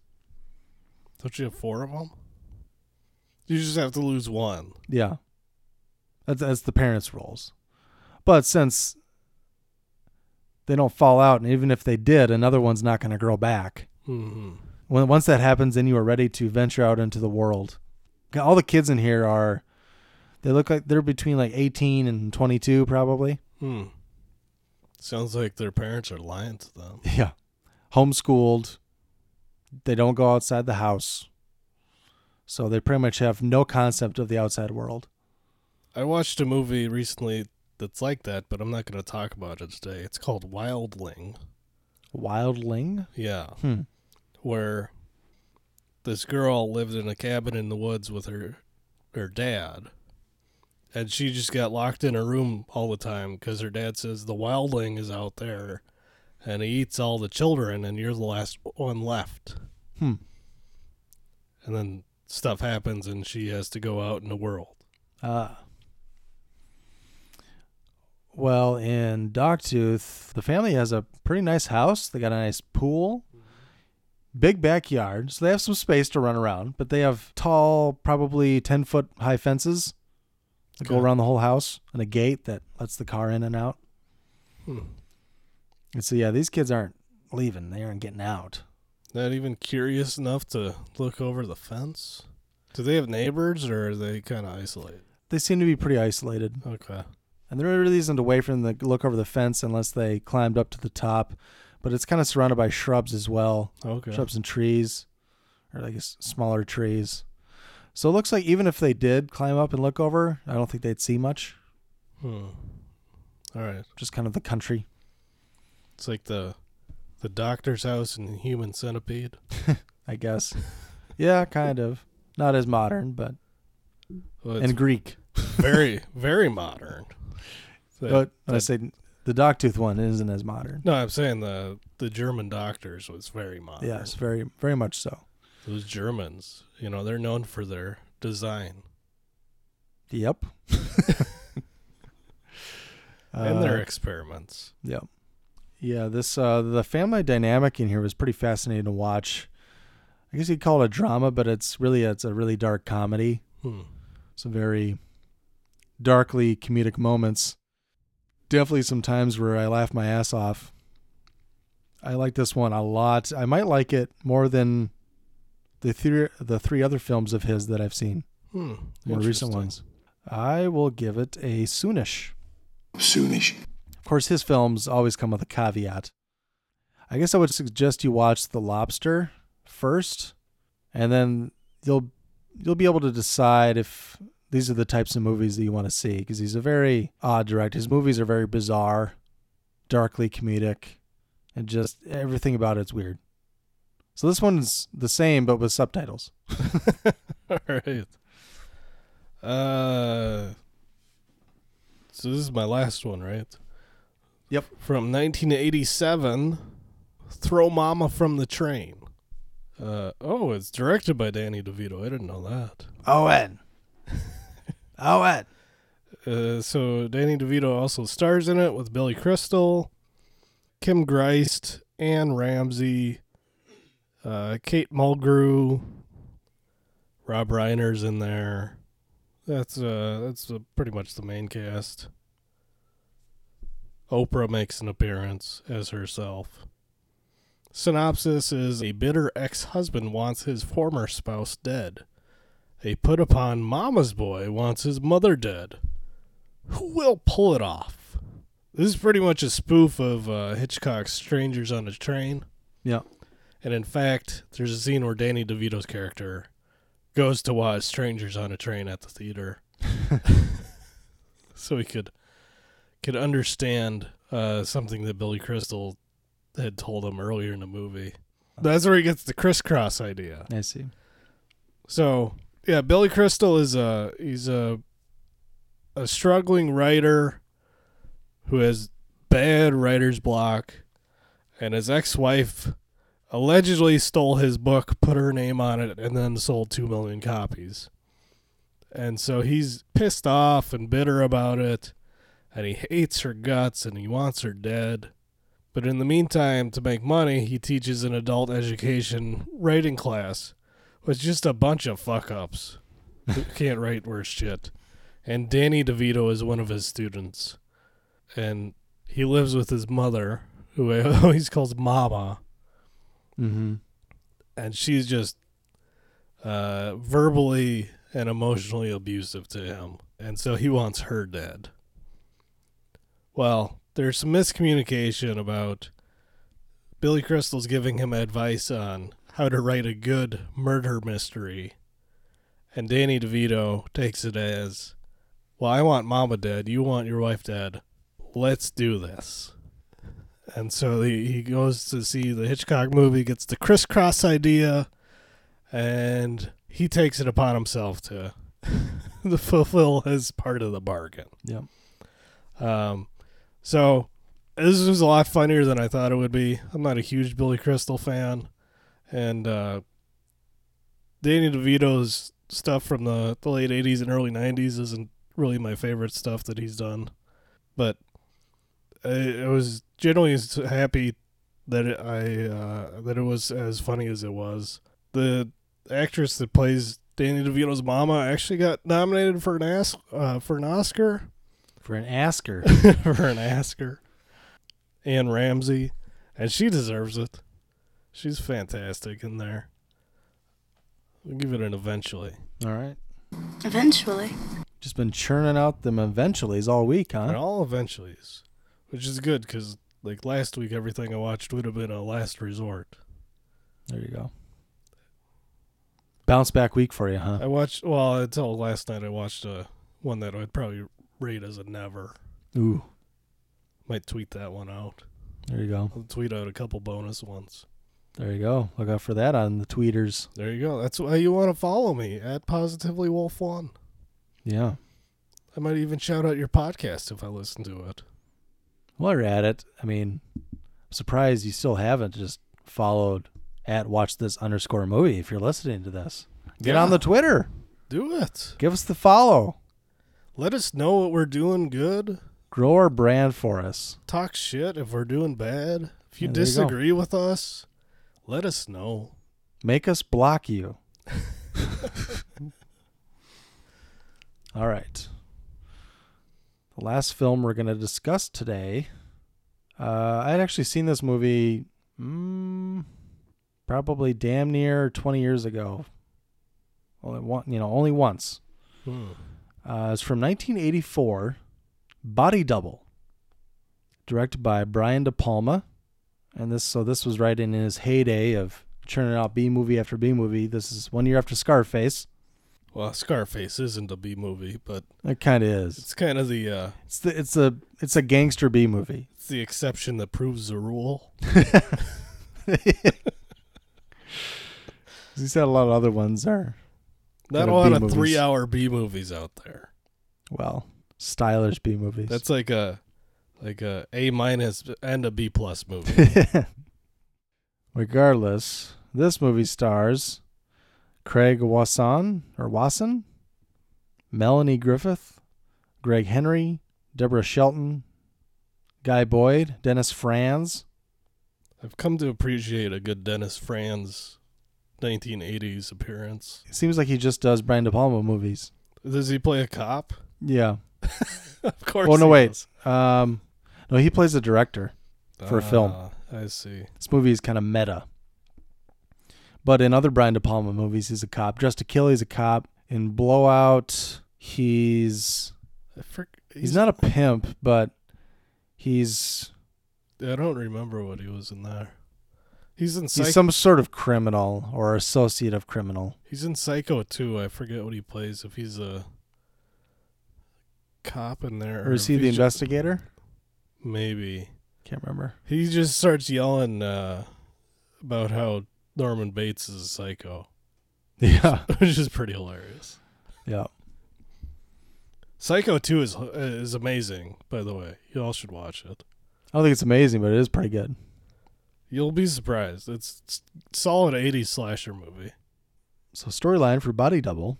don't you have four of them? You just have to lose one. Yeah. That's, that's the parents' roles. But since they don't fall out, and even if they did, another one's not going to grow back. hmm When, once that happens, then you are ready to venture out into the world. God, All the kids in here are, they look like they're between like 18 and 22, probably. Hmm. Sounds like their parents are lying to them. Yeah. Homeschooled. They don't go outside the house. So they pretty much have no concept of the outside world. I watched a movie recently that's like that, but I'm not going to talk about it today. It's called Wildling. Wildling? Yeah. Hmm. Where this girl lived in a cabin in the woods with her her dad, and she just got locked in a room all the time because her dad says the wildling is out there, and he eats all the children, and you're the last one left. Hmm. And then stuff happens, and she has to go out in the world. Ah. Well, in Dogtooth, the family has a pretty nice house. They got a nice pool, big backyard, so they have some space to run around. But they have tall, probably ten foot high fences that go Okay. around the whole house, and a gate that lets the car in and out. And so, yeah, these kids aren't leaving. They aren't getting out. Not even curious enough to look over the fence. Do they have neighbors, or are they kind of isolated? They seem to be pretty isolated. Okay. And there really isn't a way for them to look over the fence unless they climbed up to the top. But it's kind of surrounded by shrubs as well Okay. shrubs and trees, or I guess smaller trees. So it looks like even if they did climb up and look over, I don't think they'd see much. Hmm. All right. Just kind of the country. It's like the the doctor's house in Human Centipede. I [laughs] guess. yeah, kind of. Not as modern, but Well, it's and [laughs] Greek. very very modern. That- But I that- say the Dogtooth one isn't as modern. no, I'm saying the the German doctors was very modern. Yes, very, very much so. Those Germans, you know, they're known for their design Yep. [laughs] and Uh, their experiments. Yeah. Yeah, this uh the family dynamic in here was pretty fascinating to watch. I guess you'd call it a drama, but it's really it's a really dark comedy. Hmm. Some very darkly comedic moments. Definitely some times where I laugh my ass off. I like this one a lot. I might like it more than the three the three other films of his that I've seen, Hmm. more recent Interesting. ones. I will give it a soonish. Soonish. Of course, his films always come with a caveat. I guess I would suggest you watch The Lobster first, and then you'll you'll be able to decide if these are the types of movies that you want to see. Because he's a very odd director. His movies are very bizarre, darkly comedic, and just everything about it's weird. So this one's the same but with subtitles. All right. Uh, so this is my last one, right? Yep. From 1987, Throw Mama from the Train. Uh, oh, it's directed by Danny DeVito. I didn't know that. [laughs] Owen. Owen. Uh, so Danny DeVito also stars in it with Billy Crystal, Kim Greist, Anne Ramsey, uh, Kate Mulgrew, Rob Reiner's in there. That's uh, that's uh, pretty much the main cast. Oprah makes an appearance as herself. Synopsis is a bitter ex-husband wants his former spouse dead. A put upon mama's boy wants his mother dead who will pull it off? This is pretty much a spoof of uh, Hitchcock's Strangers on a Train. Yeah. And in fact, there's a scene where Danny DeVito's character goes to watch Strangers on a Train at the theater [laughs] so he could could understand uh, something that Billy Crystal had told him earlier in the movie. That's where he gets the crisscross idea. I see. So yeah, Billy Crystal is a he's a a struggling writer who has bad writer's block, and his ex-wife allegedly stole his book, put her name on it, and then sold two million copies. And so he's pissed off and bitter about it, and he hates her guts and he wants her dead. But in the meantime, to make money, he teaches an adult education writing class was just a bunch of fuck ups who can't write worse shit. And Danny DeVito is one of his students. And he lives with his mother, who he [laughs] always calls Mama. Mm-hmm. And she's just uh, verbally and emotionally abusive to him. And so he wants her dead. Well, there's some miscommunication about Billy Crystal's giving him advice on how to write a good murder mystery. And Danny DeVito takes it as, well, I want mama dead. You want your wife dead. Let's do this. And so he, he goes to see the Hitchcock movie, gets the crisscross idea, and he takes it upon himself to [laughs] to fulfill his part of the bargain. Yep. Um, so this was a lot funnier than I thought it would be. I'm not a huge Billy Crystal fan, and uh, Danny DeVito's stuff from the, the late '80s and early '90s isn't really my favorite stuff that he's done, but I, I was generally s- happy that it, I uh, that it was as funny as it was. The actress that plays Danny DeVito's mama actually got nominated for an ask uh, for an Oscar [laughs] For an [laughs] asker. for an asker. Ann Ramsey, and she deserves it. She's fantastic in there. We'll give it an eventually. All right. Eventually. Just been churning out them eventuallys all week, And huh? all eventuallys, which is good because like last week, everything I watched would have been a last resort. There you go. Bounce back week for you, huh? I watched well until last night. I watched a one that I'd probably rate as a never. Ooh. Might tweet that one out. There you go. I'll tweet out a couple bonus ones. There you go. Look out for that on the tweeters. There you go. That's why you want to follow me at positively wolf one. Yeah. I might even shout out your podcast if I listen to it. While you're at it, I mean, I'm surprised you still haven't just followed at watch this underscore movie if you're listening to this. Get on the Twitter. Do it. Give us the follow. Let us know what we're doing good. Grow our brand for us. Talk shit if we're doing bad. If Yeah, there you you go. disagree with us, let us know. Make us block you. All right. The last film we're going to discuss today. Uh, I had actually seen this movie mm, probably damn near 20 years ago. Only one, you know, only once. Hmm. Uh, it's from 1984, Body Double, directed by Brian De Palma, and this so this was right in his heyday of churning out B movie after B movie. This is one year after Scarface. Well, Scarface isn't a B movie, but It kind of is. it's kind of the uh, It's the, it's a it's a gangster B movie. it's the exception that proves the rule. He said a lot of other ones are Not Kind a of lot B of movies. three-hour B movies out there. well stylish B movies. That's like a like a A minus and a B plus [laughs] movie. Regardless, this movie stars Craig Wasson or Wasson, Melanie Griffith, Greg Henry, Deborah Shelton, Guy Boyd, Dennis Franz. I've come to appreciate a good Dennis Franz 1980s appearance. It seems like he just does Brian De Palma movies. Does he play a cop? Yeah. [laughs] Of course. Oh no, he wait. does. Um, no, he plays a director. for a film. Ah, I see. This movie is kind of meta. But in other Brian De Palma movies, he's a cop. Dressed to Kill, he's a cop. In Blowout, he's I, for, he's not a pimp, but he's I don't remember what he was in there. He's in Psycho. he's some sort of criminal or associate of criminal. he's in Psycho too. I forget what he plays. If he's a cop in there, Or is if he the he's ju- investigator? Maybe Can't [laughs] remember. he just starts yelling uh, about how Norman Bates is a psycho, Yeah. [laughs] which is pretty hilarious. yeah. Psycho 2 is uh, is amazing, by the way. You all should watch it. I don't think it's amazing, but it is pretty good. You'll be surprised. It's it's solid 80s slasher movie. So, storyline for Body Double.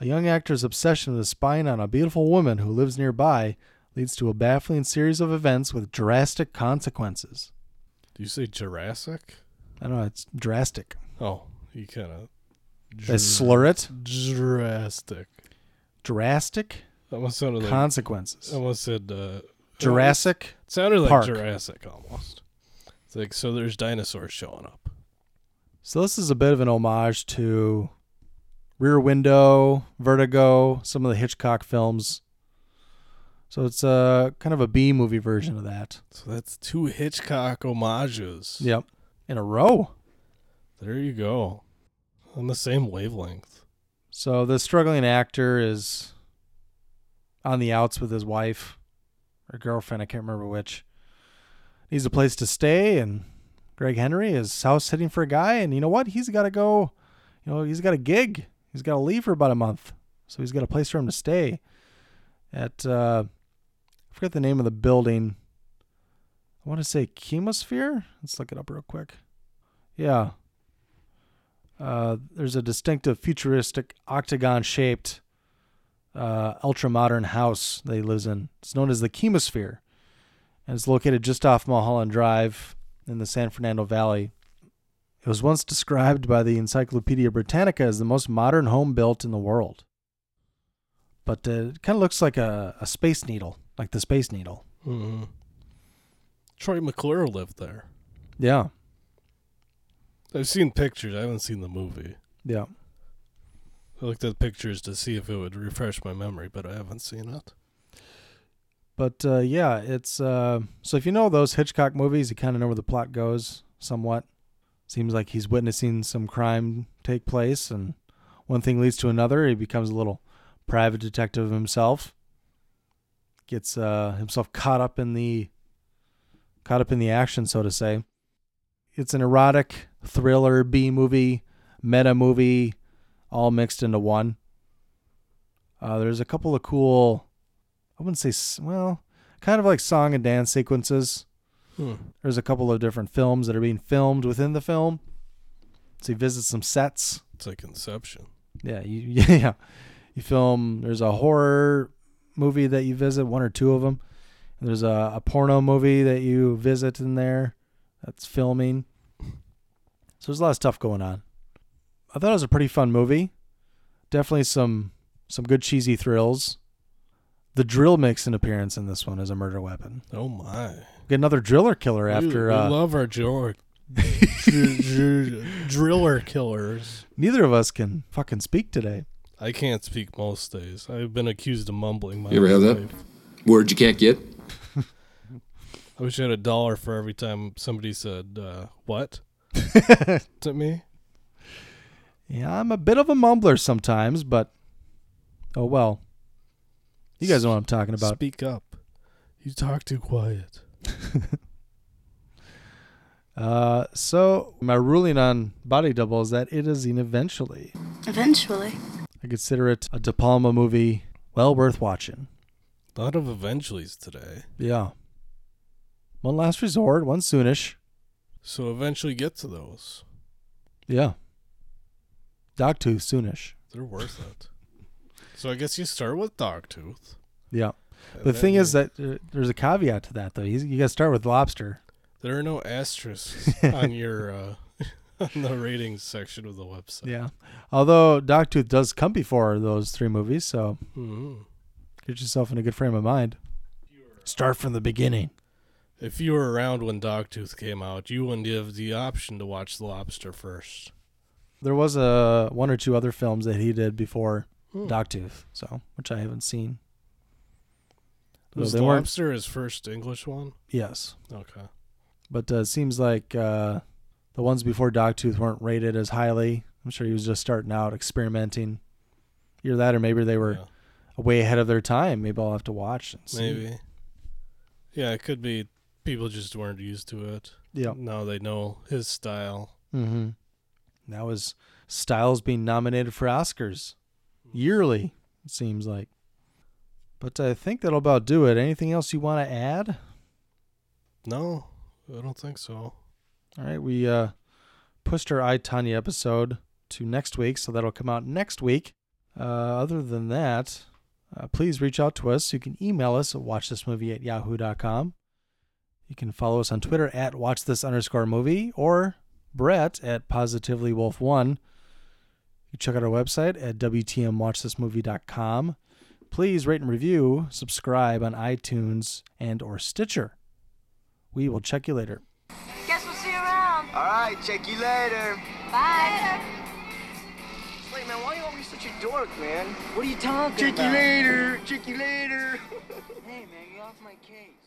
A young actor's obsession with spying on a beautiful woman who lives nearby leads to a baffling series of events with drastic consequences. Do you say Jurassic? I don't know, it's drastic. Oh, you kind of They slur it. Jurassic. Drastic I Almost sounded like I consequences. almost said uh, Jurassic. It sounded like Park. Jurassic almost. It's like so there's dinosaurs showing up. So this is a bit of an homage to Rear Window, Vertigo, some of the Hitchcock films. So it's a kind of a B movie version of that. So that's two Hitchcock homages. Yep. In a row. There you go. On the same wavelength. So the struggling actor is on the outs with his wife or girlfriend, I can't remember which. Needs a place to stay and Greg Henry is house sitting for a guy, and you know what? He's got to go. You know, he's got a gig. He's got to leave for about a month, so he's got a place for him to stay. At uh, I forget the name of the building. I want to say chemosphere. Let's look it up real quick. Yeah. Uh, there's a distinctive futuristic octagon shaped uh, ultra modern house that he lives in. It's known as the chemosphere. And it's located just off Mulholland Drive in the San Fernando Valley. It was once described by the Encyclopedia Britannica as the most modern home built in the world. But uh, it kind of looks like a, a space needle, like the space needle. Mm-hmm. Troy McClure lived there. Yeah. I've seen pictures. I haven't seen the movie. Yeah. I looked at pictures to see if it would refresh my memory, but I haven't seen it. But uh, yeah, it's uh, so if you know those Hitchcock movies, you kind of know where the plot goes somewhat. Seems like he's witnessing some crime take place, and one thing leads to another. He becomes a little private detective himself. Gets uh, himself caught up in the caught up in the action, so to say. It's an erotic thriller B movie, meta movie, all mixed into one. Uh, there's a couple of cool, I wouldn't say, s- well, kind of like song and dance sequences. Hmm. There's a couple of different films that are being filmed within the film. So he visits some sets. It's like Inception. Yeah, you, [laughs] yeah. You film. There's a horror movie that you visit, one or two of them. And there's a, a porno movie that you visit in there. That's filming. So there's a lot of stuff going on. I thought it was a pretty fun movie. Definitely some some good cheesy thrills. The drill makes an appearance in this one as a murder weapon. Oh my! Get another driller killer We- after. we, uh, love [laughs] our dr- dr- dr- driller killers. neither of us can fucking speak today. I can't speak most days. I've been accused of mumbling. My You ever have whole that? life. Word you can't get? I wish I had a dollar for every time somebody said uh, [laughs] "what" to me. Yeah, I'm a bit of a mumbler sometimes, but oh well. You guys know what I'm talking about. Speak up. You talk too quiet. Uh, so my ruling on Body Double is that it is an eventually. Eventually. I consider it a De Palma movie, well worth watching. A lot of eventuallys today. Yeah. One last resort, one soonish. So eventually get to those. Yeah. Dogtooth soonish. They're worth it. So I guess you start with Dogtooth. Yeah. and The then thing you- is that uh, there's a caveat to that though. You, you got to start with lobster. There are no asterisks [laughs] on your uh, [laughs] on the ratings section of the website. Yeah. Although Dogtooth does come before those three movies, so hmm get yourself in a good frame of mind. Start from the beginning. If you were around when Dogtooth came out, you wouldn't have the option to watch The Lobster first. There was a one or two other films that he did before Dogtooth, so which I haven't seen. Though Was they The weren't- Lobster his first English one? Yes, Okay. but uh, it seems like uh, the ones before Dogtooth weren't rated as highly. I'm sure he was just starting out, experimenting. Either that, or maybe they were Yeah. way ahead of their time. Maybe I'll have to watch and see. Maybe. Yeah, it could be people just weren't used to it. Yeah. Now they know his style. Mm-hmm. That was Styles being nominated for Oscars yearly, it seems like. But I think that'll about do it. Anything else you want to add? No, I don't think so. All right, we uh, pushed our I Tanya episode to next week, so that'll come out next week. Uh, other than that, uh, please reach out to us. You can email us at watchthismovie at yahoo.com. You can follow us on Twitter at watchthis underscore movie or Brett at positivelywolf1. You can check out our website at wtmwatchthismovie.com. Please rate and review, subscribe on iTunes and or Stitcher. We will check you later. Guess we'll see you around. All right, check you later. Bye. Wait, man, why are you always such a dork, man? What are you talking Check you later. Check you later. Hey, man, get off my case.